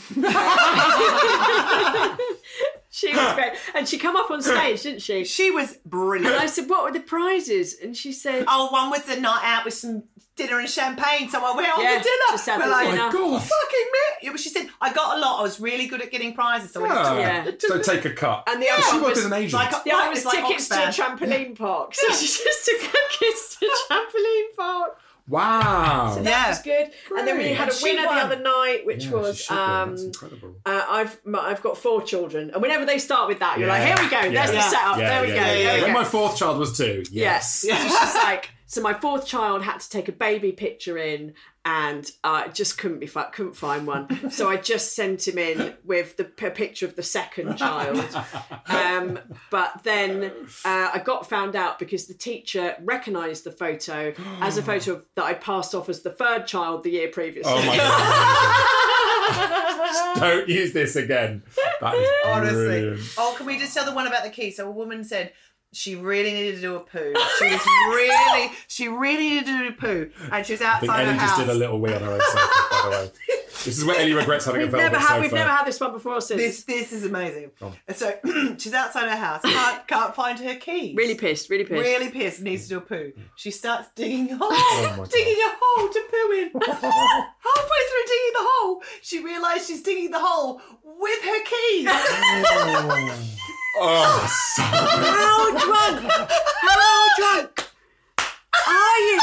S5: she was great, and she come up on stage, didn't she?
S7: she was brilliant.
S5: And I said, "What were the prizes?" And she said,
S7: Oh, one was the night out with some dinner and champagne. So I went on
S5: Yeah,
S7: the dinner.
S5: just had
S7: We're
S5: the
S7: like,
S5: dinner.
S7: "Oh, fucking me. It was- She said, I got a lot. I was really good at getting prizes. So I just
S10: Oh,
S7: took
S5: Yeah.
S10: So take a cut.
S5: And the other
S10: she
S5: one
S10: worked
S5: was
S10: as an agent.
S7: like a-
S5: Yeah,
S7: Mine
S5: it
S7: was
S5: was
S7: like
S5: tickets to a
S7: Oxfam.
S5: trampoline park. So she just took her kids to a trampoline park.
S10: wow.
S5: That
S7: Yeah.
S5: was good. And then we
S10: Great.
S5: had a
S7: And she
S5: winner the
S7: won.
S5: other night, which
S10: Yeah, she
S5: was
S10: should be.
S5: um,
S10: That's incredible.
S5: uh, I've my, I've got four children, and whenever they start with that, you're like,
S10: Yeah.
S5: here we go. There's the
S10: Yeah.
S5: setup. Oh,
S10: Yeah,
S5: there we
S10: yeah,
S5: go.
S10: yeah, yeah.
S5: there we
S10: When
S5: go.
S10: my fourth child was two.
S5: Yes.
S10: Yes.
S5: So she's like, so my fourth child had to take a baby picture in, and I just couldn't be fi- couldn't find one. So I just sent him in with the p- picture of the second child. Um, but then uh, I got found out because the teacher recognised the photo as a photo of, that I passed off as the third child the year previously.
S10: Oh my god. Just Don't use this again. That is
S7: Honestly.
S10: brilliant.
S7: Oh, can we just tell the one about the key? So a woman said she really needed to do a poo. She was really, she really needed to do a poo, and she was
S10: I think
S7: outside her
S10: Ellie just
S7: house.
S10: did a little wee on her own sofa, by the way. This is where Ellie regrets having
S5: We've
S10: a velvet
S5: never had
S10: sofa.
S5: we've never had this one before since.
S7: this, this is amazing.
S10: Oh.
S7: And so she's outside her house, can't, can't find her keys.
S5: really pissed. Really pissed.
S7: really pissed, needs to do a poo.
S2: Mm.
S7: She starts digging a hole,
S2: Oh
S7: digging a hole to poo in. Halfway through digging the hole, she realised she's digging the hole with her keys.
S2: Oh, sorry.
S5: How drunk? How drunk are you?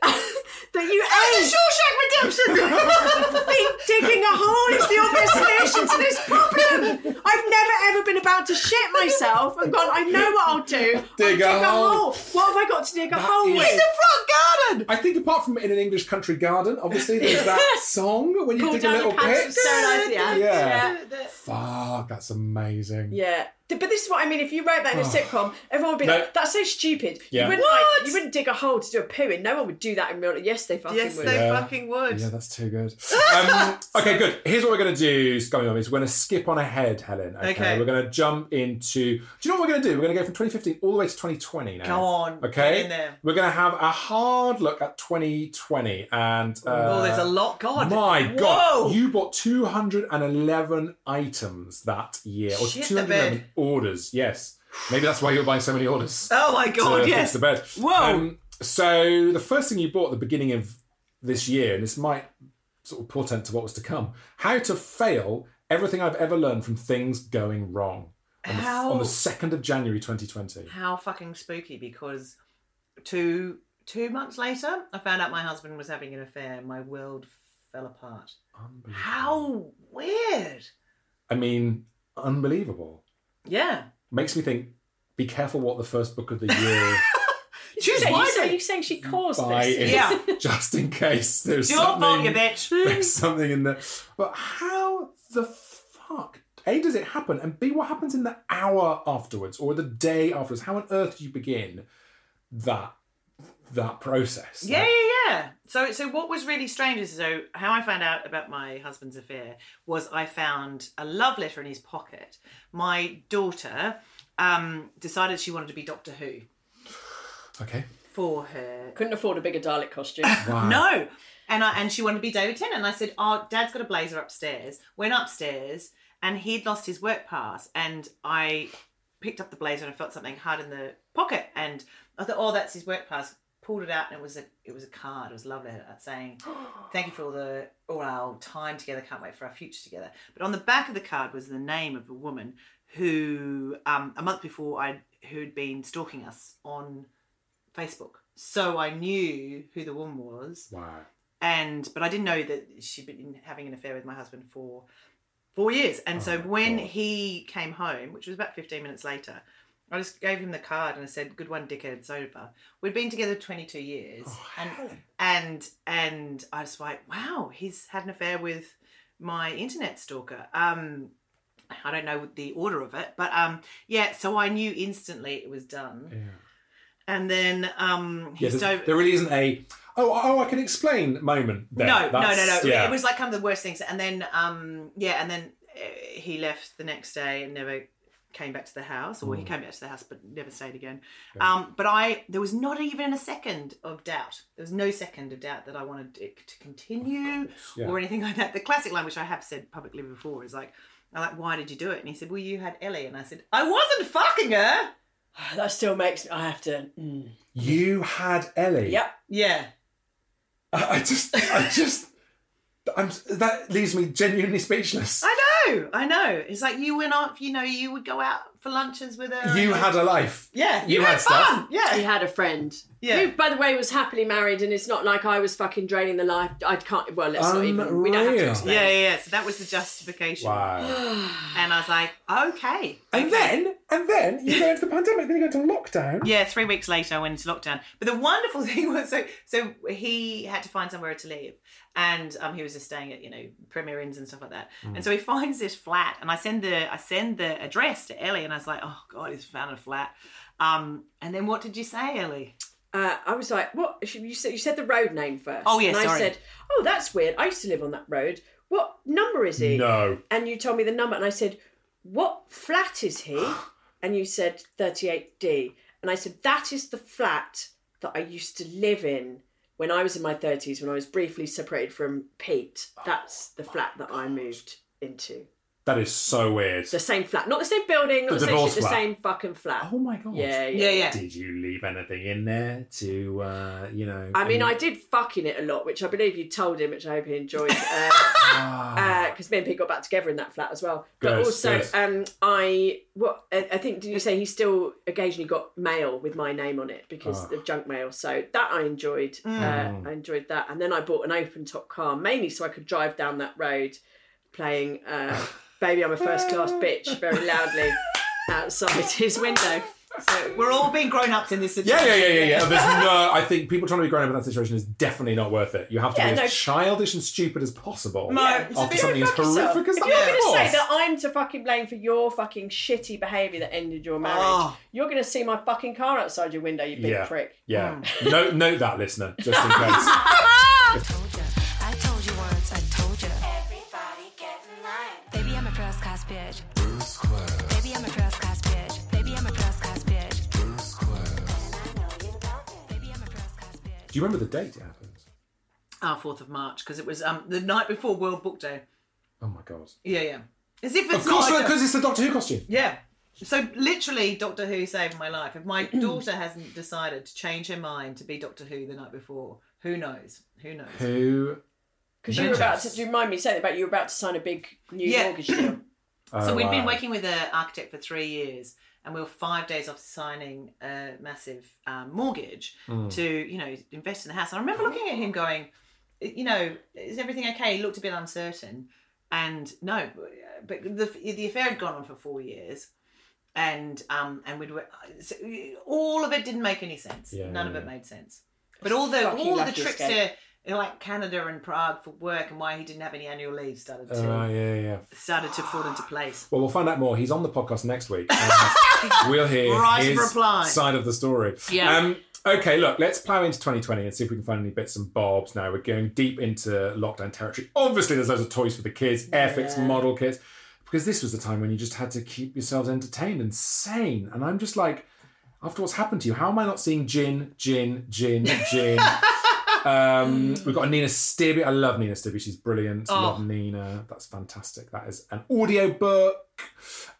S5: that you ate
S7: Shawshank Redemption!
S5: think digging a hole is the obvious solution to this problem. I've never ever been about to shit myself and gone, I know what I'll do. I'll
S2: Dig a
S5: dig a
S2: hole.
S5: hole. What have I got to dig a hole
S2: is-
S5: with?
S7: Front garden!
S2: I think apart from in an English country garden, obviously there's that song when you
S5: Pull
S2: dig a
S5: down
S2: little
S5: your pants
S2: pit.
S5: and stone idea. Yeah.
S2: Yeah.
S5: yeah.
S2: Fuck, that's amazing.
S5: Yeah. Th- But this is what I mean. If you wrote that in a sitcom, everyone would be
S2: No.
S5: like, "That's so stupid."
S2: Yeah.
S5: You wouldn't like, you wouldn't dig a hole to do a poo in. No one would do that in real life. Yes, they fucking
S7: Yes,
S5: would.
S7: they
S2: Yeah.
S7: fucking would.
S2: Yeah, that's too good. Um, okay, good. Here's what we're going to do, Scummy Mummies. We're going to skip on ahead, Helen. Okay.
S7: Okay.
S2: We're going to jump into. Do you know what we're going to do? We're going to go from 2015 all the way to 2020 now.
S7: Go on.
S2: Okay.
S7: Get in there.
S2: We're going to have a hard look at 2020. And. Uh,
S7: oh, there's a lot. God.
S2: My
S7: Whoa.
S2: God, you bought 211 items that year, or
S7: Shit the
S2: 211
S7: bed.
S2: orders. Yes, maybe that's why you were buying so many orders.
S7: Oh my
S2: to
S7: God,
S2: fix
S7: yes.
S2: the bed. Um,
S7: Whoa.
S2: so the first thing you bought at the beginning of this year, and this might sort of portend to what was to come: how to fail everything I've ever learned from things going wrong. On the,
S7: How-
S2: on the second of January, 2020.
S7: How fucking spooky because two two months later, I found out my husband was having an affair. My world fell apart.
S2: Unbelievable.
S7: How weird.
S2: I mean, unbelievable.
S7: Yeah.
S2: Makes me think. Be careful what the first book of the year.
S7: Choose
S5: Are you saying- are
S7: wisely.
S5: you saying she caused
S2: buy
S5: this?
S2: it
S7: Yeah.
S2: just in case there's
S7: It's your fault, you
S2: something,
S7: bitch.
S2: there's something in there. But how the fuck? A does it happen, and B what happens in the hour afterwards or the day afterwards? How on earth do you begin that that process?
S7: Yeah,
S2: Like,
S7: yeah, yeah. So, so what was really strange is so how I found out about my husband's affair was I found a love letter in his pocket. My daughter um, decided she wanted to be Doctor Who
S2: okay.
S7: for her.
S5: Couldn't afford a bigger Dalek costume.
S2: Wow.
S7: No, and I and she wanted to be David Tennant. And I said, "Oh, Dad's got a blazer upstairs." Went upstairs, and he'd lost his work pass. And I picked up the blazer and I felt something hard in the pocket, and I thought, "Oh, that's his work pass." Pulled it out, and it was a it was a card. It was a love letter saying, "Thank you for all the all our time together. Can't wait for our future together." But on the back of the card was the name of a woman who um, a month before I who'd been stalking us on Facebook. So I knew who the woman was,
S2: Wow.
S7: and but I didn't know that she'd been having an affair with my husband for four years. And so
S2: Oh,
S7: when he came home, which was about fifteen minutes later, I just gave him the card and I said, "Good one, dickhead, it's over." We'd been together twenty-two years,
S2: Oh,
S7: and and and I was like, "Wow, he's had an affair with my internet stalker." Um, I don't know the order of it, but um, yeah. So I knew instantly it was done.
S2: Yeah.
S7: And then um,
S2: Yeah,
S7: he's
S2: there's-
S7: over.
S2: there really isn't a oh oh I can explain moment. There.
S7: No, no, no,
S2: That's-
S7: no.
S2: Yeah.
S7: It was like one of the worst things. And then, um, yeah, and then uh, he left the next day and never came back to the house, or he
S2: Hmm.
S7: came back to the house but never stayed again. Um, but I, there was not even a second of doubt. There was no second of doubt that I wanted it to continue
S2: yeah.
S7: or anything like that. The classic line, which I have said publicly before, is like, "I'm like, why did you do it?" And he said, "Well, you had Ellie," and I said, "I wasn't fucking her."
S5: that still makes me. I have to.
S7: Mm.
S2: you had Ellie.
S5: Yep.
S7: Yeah.
S2: I I just I just I'm that leaves me genuinely speechless.
S7: I know, I know. It's like you went off, you know, you would go out for lunches with her.
S2: You had a life.
S7: yeah,
S2: you had stuff.
S7: fun. Yeah,
S5: He had a friend
S7: Yeah.
S5: who, by the way, was happily married, and it's not like I was fucking draining the life. I can't. Well, let's not even. We don't have
S2: Unreal.
S5: to explain.
S7: Yeah, yeah, yeah. So that was the justification.
S2: Wow.
S7: And I was like, okay.
S2: and then, and then you go into the pandemic, then you go into lockdown.
S7: Yeah, three weeks later, I went into lockdown. But the wonderful thing was, so so he had to find somewhere to live, and um, he was just staying at you know Premier Inns and stuff like that.
S2: Hmm.
S7: And so he finds this flat, and I send the I send the address to Ellie, and I was like, oh god, he's found a flat. Um, and then what did you say, Ellie?
S5: Uh, I was like, "What?" she- You said you said the road name first.
S7: Oh, yeah,
S5: And I
S7: sorry.
S5: said, "Oh, that's weird. I used to live on that road. What number is he?"
S2: No.
S5: And you told me the number, and I said, "What flat is he?" and you said 38D, and I said, "That is the flat that I used to live in." When I was in my 30s, when I was briefly separated from Pete, that's the flat that I moved into.
S2: That is so weird.
S5: The same flat, not the same building, not
S2: The
S5: the, same
S2: divorce
S5: shit, the
S2: flat.
S5: same fucking flat.
S2: Oh my god.
S5: yeah, yeah,
S7: Yeah, yeah.
S2: Did you leave anything in there to, uh, you know?
S5: I mean,
S2: any-
S5: I did fucking it a lot, which I believe you told him, which I hope he enjoyed. Because uh, 'cause me and Pete got back together in that flat as well. But
S2: Yes,
S5: also,
S2: yes.
S5: Um, I what I I think did you say he still occasionally got mail with my name on it because of junk mail. So that I enjoyed. Uh, I enjoyed that, and then I bought an open top car mainly so I could drive down that road playing uh, "Baby I'm a First Class Bitch" very loudly outside his window. So
S7: We're all being grown ups in this
S2: Yeah,
S7: situation.
S2: yeah, yeah, yeah, yeah. There's no. I think people trying to be grown up in that situation is definitely not worth it. You have to
S5: Yeah,
S2: be as
S5: no.
S2: childdish and stupid as possible
S7: No, it's a
S2: after
S7: bit-
S2: something as
S5: fuck yourself.
S2: horrific as
S5: if
S2: that.
S5: you're going to say
S2: was.
S5: that I'm to fucking blame for your fucking shitty behaviour that ended your marriage,
S7: Oh.
S5: you're going to see my fucking car outside your window, you big
S2: Ah. yeah,
S5: prick.
S2: yeah.
S5: Hmm.
S2: No, note that, listener, just in case.
S11: told ya. I told you once, I told ya. Everybody get in line. Baby, I'm a first class bitch. Baby, I'm a first class bitch. Baby, I'm a first class bitch. And I know you love it. Baby, I'm a first class bitch.
S2: Do you remember the date it happened?
S7: Our 4th Oh, of March, because it was um, the night before World Book Day.
S2: Oh my god.
S7: Yeah, yeah. As if it's
S2: Of course,
S7: not. like a-
S2: because it's the Doctor Who costume.
S7: Yeah. So literally, Doctor Who saved my life. If my daughter hasn't decided to change her mind to be Doctor Who the night before, who knows? Who knows?
S2: Who?
S5: Because you were about to, do you remind me, say that about you were about to sign a big new
S7: Yeah.
S5: mortgage deal.
S7: so
S2: Oh,
S7: we'd been
S2: wow.
S7: working with an architect for three years, and we were five days off signing a massive um, mortgage
S2: Mm.
S7: to you know invest in the house. And I remember looking at him going, you know, is everything okay? He looked a bit uncertain, and no, but the the affair had gone on for four years. And um and we'd so all of it didn't make any sense.
S2: Yeah,
S7: None
S2: yeah,
S7: of it
S2: yeah.
S7: made sense. But all the
S5: Fucking
S7: all the
S5: lucky
S7: trips
S5: escape.
S7: to you know, like Canada and Prague for work and why he didn't have any annual leave started
S2: Oh,
S7: to
S2: right, yeah, yeah.
S7: started to fall into place.
S2: Well, we'll find out more. He's on the podcast next week. and we'll hear
S7: Right
S2: his
S7: reply.
S2: side of the story.
S7: Yeah.
S2: Um, okay, look, let's plow into 2020 and see if we can find any bits and bobs. Now we're going deep into lockdown territory. Obviously, there's loads of toys for the kids, Airfix model kits, because this was the time when you just had to keep yourselves entertained and sane. And I'm just like, after what's happened to you, how am I not seeing gin, gin, gin, gin? Um, we've got a Nina Stibbe. I love Nina Stibbe. She's brilliant.
S7: Oh.
S2: Love Nina. That's fantastic. That is an audio book.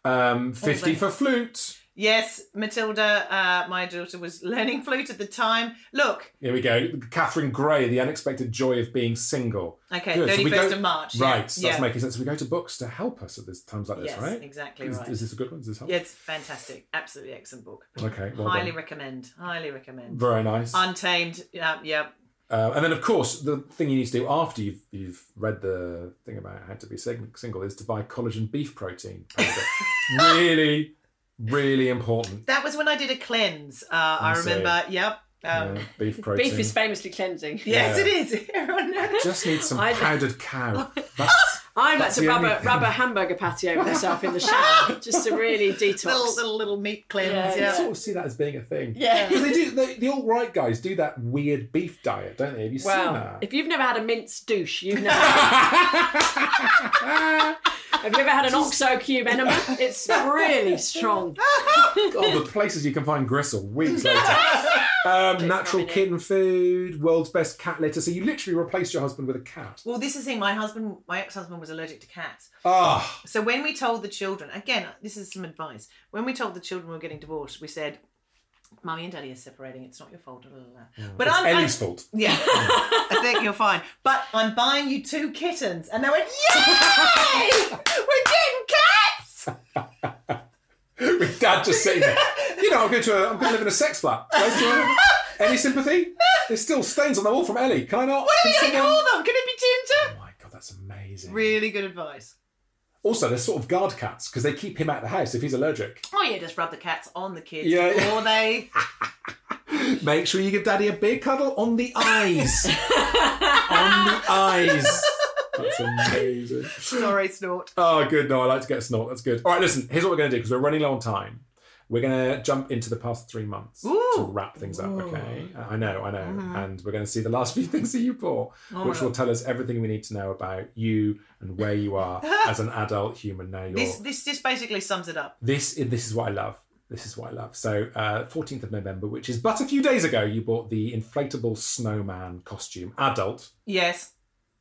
S2: Um, 50 for flute.
S7: Yes, Matilda, uh, my daughter was learning flute at the time. Look,
S2: Here we go. Catherine Gray, The Unexpected Joy of Being Single.
S7: Okay,
S2: Good. we
S7: 31st
S2: go-
S7: of March, yeah.
S2: Right, so that's
S7: Yeah.
S2: making sense. So we go to books to help us at this times like this,
S7: Yes,
S2: right?
S7: exactly
S2: is,
S7: right.
S2: Is this a good one? Does this help?
S7: yeah, it's fantastic, absolutely excellent book.
S2: Okay, well
S7: highly
S2: done.
S7: recommend. Highly recommend.
S2: Very nice.
S7: Untamed. Yeah, yeah.
S2: Uh, and then, of course, the thing you need to do after you've, you've read the thing about how to be sing- single is to buy collagen beef protein. powder. really, really important.
S7: That was when I did a cleanse. Uh, I
S2: see.
S7: remember. Yep. Um,
S2: uh, beef protein.
S5: Beef is famously cleansing.
S7: Yes,
S2: Yeah.
S7: it is. Everyone knows.
S2: Just need some
S5: I-
S2: powdered cow. That's,
S5: I'm
S2: That's
S5: about to
S2: the
S5: rub
S2: only
S5: a,
S2: thing.
S5: rub a hamburger patty over myself in the shower just to really detox.
S7: Little, little little meat cleanse.
S5: Yeah.
S2: I
S7: Yeah.
S2: sort of see that as being a thing.
S5: Yeah.
S2: Because they do, they, the alt right guys do that weird beef diet, don't they? Have you seen
S5: Wow.
S2: that?
S5: If you've never had a minced douche, you've never. Have you ever had an OXO cube enema? It's really strong.
S2: All the places you can find gristle weeks later. Um, natural kitten food, world's best cat litter. So you literally replaced your husband with a cat.
S7: Well, this is the thing. My husband, my ex-husband, was allergic to cats.
S2: Ah,
S7: So when we told the children, again, this is some advice. When we told the children we were getting divorced, we said, "Mummy and Daddy are separating. It's not your fault." blah, blah, blah." But I'm, I'm-
S2: Ellie's fault.
S7: yeah, I think you're fine. But I'm buying you two kittens, and they went, "Yay! we're getting cats!"
S2: With dad just sitting there. You know, I'm going to a, I'm going to live in a sex flat. Where's your- Any sympathy? There's still stains on the wall from Ellie. Can I not?
S7: What are we
S2: can
S7: going to
S2: someone-
S7: call them? Can it be
S2: Oh
S7: Ginger?
S2: my god, that's amazing.
S7: Really good advice.
S2: Also, they're sort of guard cats because they keep him out of the house if he's allergic.
S7: Oh yeah, just rub the cats on the kids
S2: Yeah, yeah.
S7: before they.
S2: Make sure you give Daddy a big cuddle on the eyes. on the eyes. That's amazing.
S7: Sorry, snort.
S2: Oh, good. No, I like to get a snort. That's good. All right, listen. Here's what we're going to do because we're running low on time. We're going to jump into the past three months to wrap things up. Okay. I know, I know. And we're going to see the last few things that you bought, which will tell us everything we need to know about you and where you are as an adult human now. You're
S7: This this just basically sums it up.
S2: this this is what I love. This is what I love. So, uh, 14th of November, which is but a few days ago, you bought the inflatable snowman costume, adult,
S7: Yes.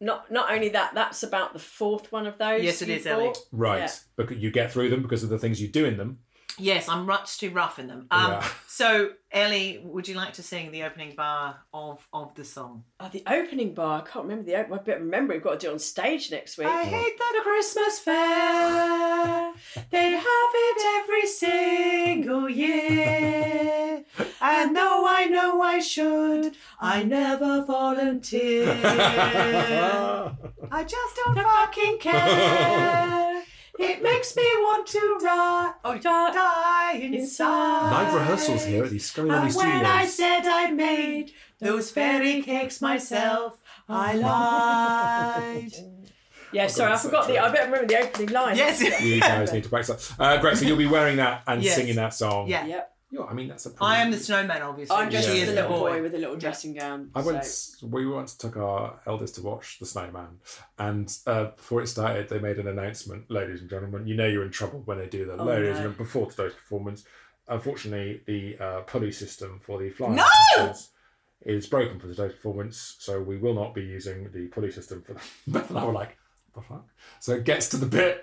S5: Not not only that, that's about the fourth one of those.
S7: Yes, it
S5: you
S7: is, Ellie.
S5: bought.
S2: Right.
S5: Yeah.
S2: Because you get through them because of the things you do in them.
S7: Yes, I'm much too rough in them. Um,
S2: Yeah.
S7: So, Ellie, would you like to sing the opening bar of of the song?
S5: Oh, the opening bar. I can't remember the opening. I better remember. We've got to do it on stage next week.
S7: I hate that
S5: Christmas fair. They have it every single year.
S7: And though I know I should, I never volunteer. I just don't fucking care. It makes me want to die, oh, die inside.
S2: Live rehearsals here at these Scurry Lovely
S7: And
S2: Studios.
S7: Uh, when I said I made those fairy cakes myself, I lied.
S5: Yeah, sorry, I
S2: that's
S5: forgot
S2: so
S5: the.
S2: true.
S5: I better remember the opening line.
S7: yes.
S2: you guys need to practice that. Uh, great. So you'll be wearing that and
S7: Yes.
S2: singing that song.
S7: Yeah.
S5: Yep.
S2: You're- I mean, that's a.
S7: I am the snowman, obviously.
S5: I'm just
S2: Yeah.
S7: she
S5: the
S7: is
S5: little boy. with a little dressing gown.
S2: I
S5: so-
S2: once we once took our eldest to watch The Snowman, and uh, before it started, they made an announcement, ladies and gentlemen. You know you're in trouble when they do that, ladies and
S5: no.
S2: gentlemen. Before today's performance, unfortunately, the uh, pulley system for the flying
S7: No!
S2: assistants is broken for today's performance, so we will not be using the pulley system for that. and I was like, the fuck? So it gets to the bit.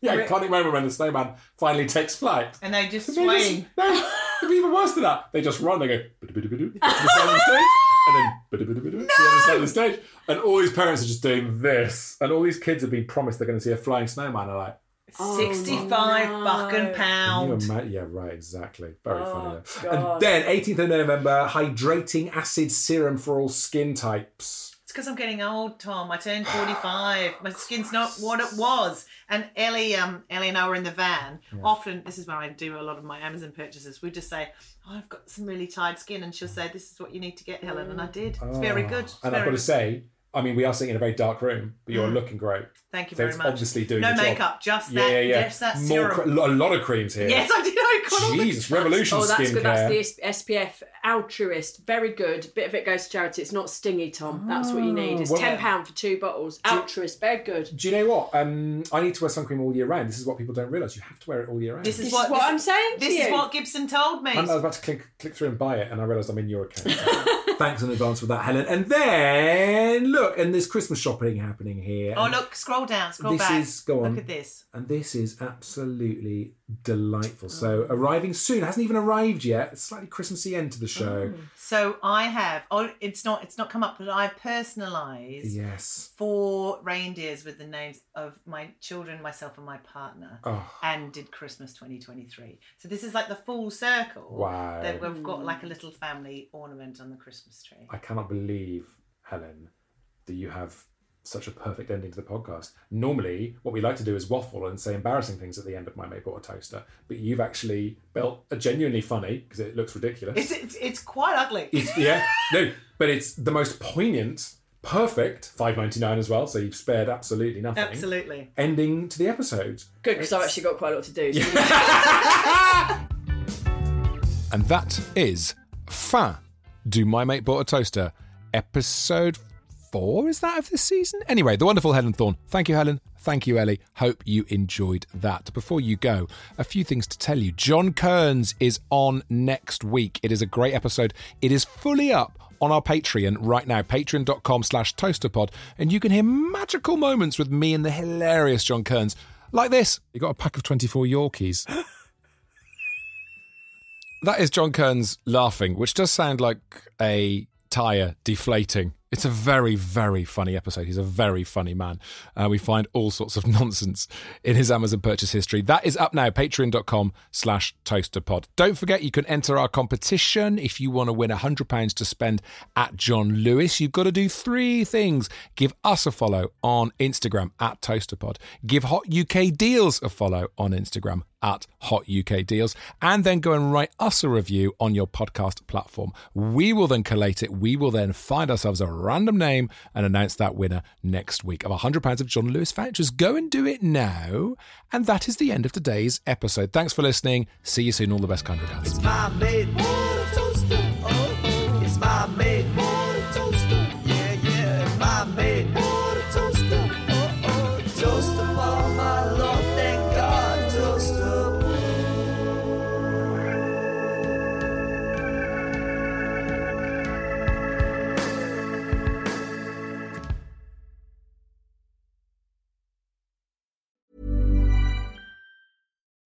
S2: Yeah, iconic moment when the snowman finally takes flight.
S7: And they just
S2: They just-
S7: swing.
S2: No, it'd be even worse than that. They just run. They go "Bidu-bidu-bidu," to the side of the stage, and then "Bidu-bidu-bidu," to the other side of the stage, and all these parents are just doing this, and all these kids have been promised they're going to see a flying snowman. Are like,
S7: Oh, 65
S5: no.
S7: fucking
S2: Can you
S7: pound.
S2: ima- yeah, right, exactly. Very funny.
S7: Oh,
S2: though.
S5: God.
S2: And then 18th of November, hydrating acid serum for all skin types.
S7: It's because I'm getting old, Tom. I turned 45. My skin's not what it was. And Ellie, um, Ellie and I were in the van. Often, this is where I do a lot of my Amazon purchases. We just say, oh, I've got some really tired skin. And she'll say, this is what you need to get, Helen. And I did. It's very
S2: Ah.
S7: good. It's
S2: And
S7: very
S2: I've got to
S7: good.
S2: say, I mean, we are sitting in a very dark room, but you're looking great.
S7: Thank you
S2: So
S7: very
S2: it's
S7: much.
S2: obviously doing
S7: No
S2: the job.
S7: makeup, just
S2: yeah,
S7: Mm. that,
S2: yeah, yeah.
S7: just that
S2: More
S7: serum.
S2: cre- a lot of creams here.
S7: Yes, I did. I got all the-
S2: Jesus, revolution
S5: Oh, that's
S2: skincare.
S5: good. That's the S- SPF altruist. Very good. Bit of it goes to charity. It's not stingy, Tom. That's what you need. It's
S7: Oh.
S2: well-
S5: ten pound for two bottles. Altruist. Very good.
S2: Do you know what? Um, I need to wear sun cream all year round. This is what people don't realise. You have to wear it all year round.
S7: This is
S5: This
S7: what,
S5: is what I'm saying to
S7: This is
S5: you.
S7: what Gibson told me.
S2: I was about to click click through and buy it, and I realised I'm in your account. Thanks in advance for that, Helen. And then look, and there's Christmas shopping happening here.
S7: Oh
S2: and,
S7: look, scroll down, scroll
S2: This
S7: back.
S2: is- go on.
S7: Look at this.
S2: and this is absolutely delightful. So arriving soon. Hasn't even arrived yet. It's slightly Christmassy end to the show.
S7: So I have. Oh, it's not. It's not come up, but I personalised
S2: Yes.
S7: four reindeers with the names of my children, myself, and my partner,
S2: Oh.
S7: and did Christmas 2023. So this is like the full circle.
S2: Wow.
S7: That we've got like a little family ornament on the Christmas tree.
S2: I cannot believe, Helen, that you have such a perfect ending to the podcast. Normally, what we like to do is waffle and say embarrassing things at the end of my make or toaster, but you've actually built a genuinely funny because it looks ridiculous.
S7: It's it's, it's quite ugly.
S2: It's, yeah, no, but it's the most poignant, perfect five ninety nine as well. So you've spared absolutely nothing.
S7: Absolutely.
S2: Ending to the episode.
S5: Good because I've actually got quite a lot to do. So
S12: And that is Fin Do My Mate Bought a Toaster, episode four, is that of this season? Anyway, the wonderful Helen Thorne. Thank you, Helen. Thank you, Ellie. Hope you enjoyed that. Before you go, a few things to tell you. John Kearns is on next week. It is a great episode. It is fully up on our Patreon right now, patreon.com slash toasterpod, and you can hear magical moments with me and the hilarious John Kearns. Like this. He got a pack of 24 Yorkies. That is John Kearns laughing, which does sound like a tyre deflating. It's a very, very funny episode. He's a very funny man. Uh, we find all sorts of nonsense in his Amazon purchase history. That is up now, patreon.com slash toasterpod. Don't forget, you can enter our competition if you want to win £100 to spend at John Lewis. You've got to do three things. Give us a follow on Instagram at toasterpod. Give Hot UK Deals a follow on Instagram at Hot UK Deals, and then go and write us a review on your podcast platform. We will then collate it. We will then find ourselves a random name and announce that winner next week of £100 of John Lewis vouchers. Go and do it now. And that is the end of today's episode. Thanks for listening. See you soon. All the best, kind regards.
S3: It's my made water toaster. Oh, it's my made water toaster. Yeah, yeah, my made water toaster. Oh, oh, toaster for my love, thank God, toaster.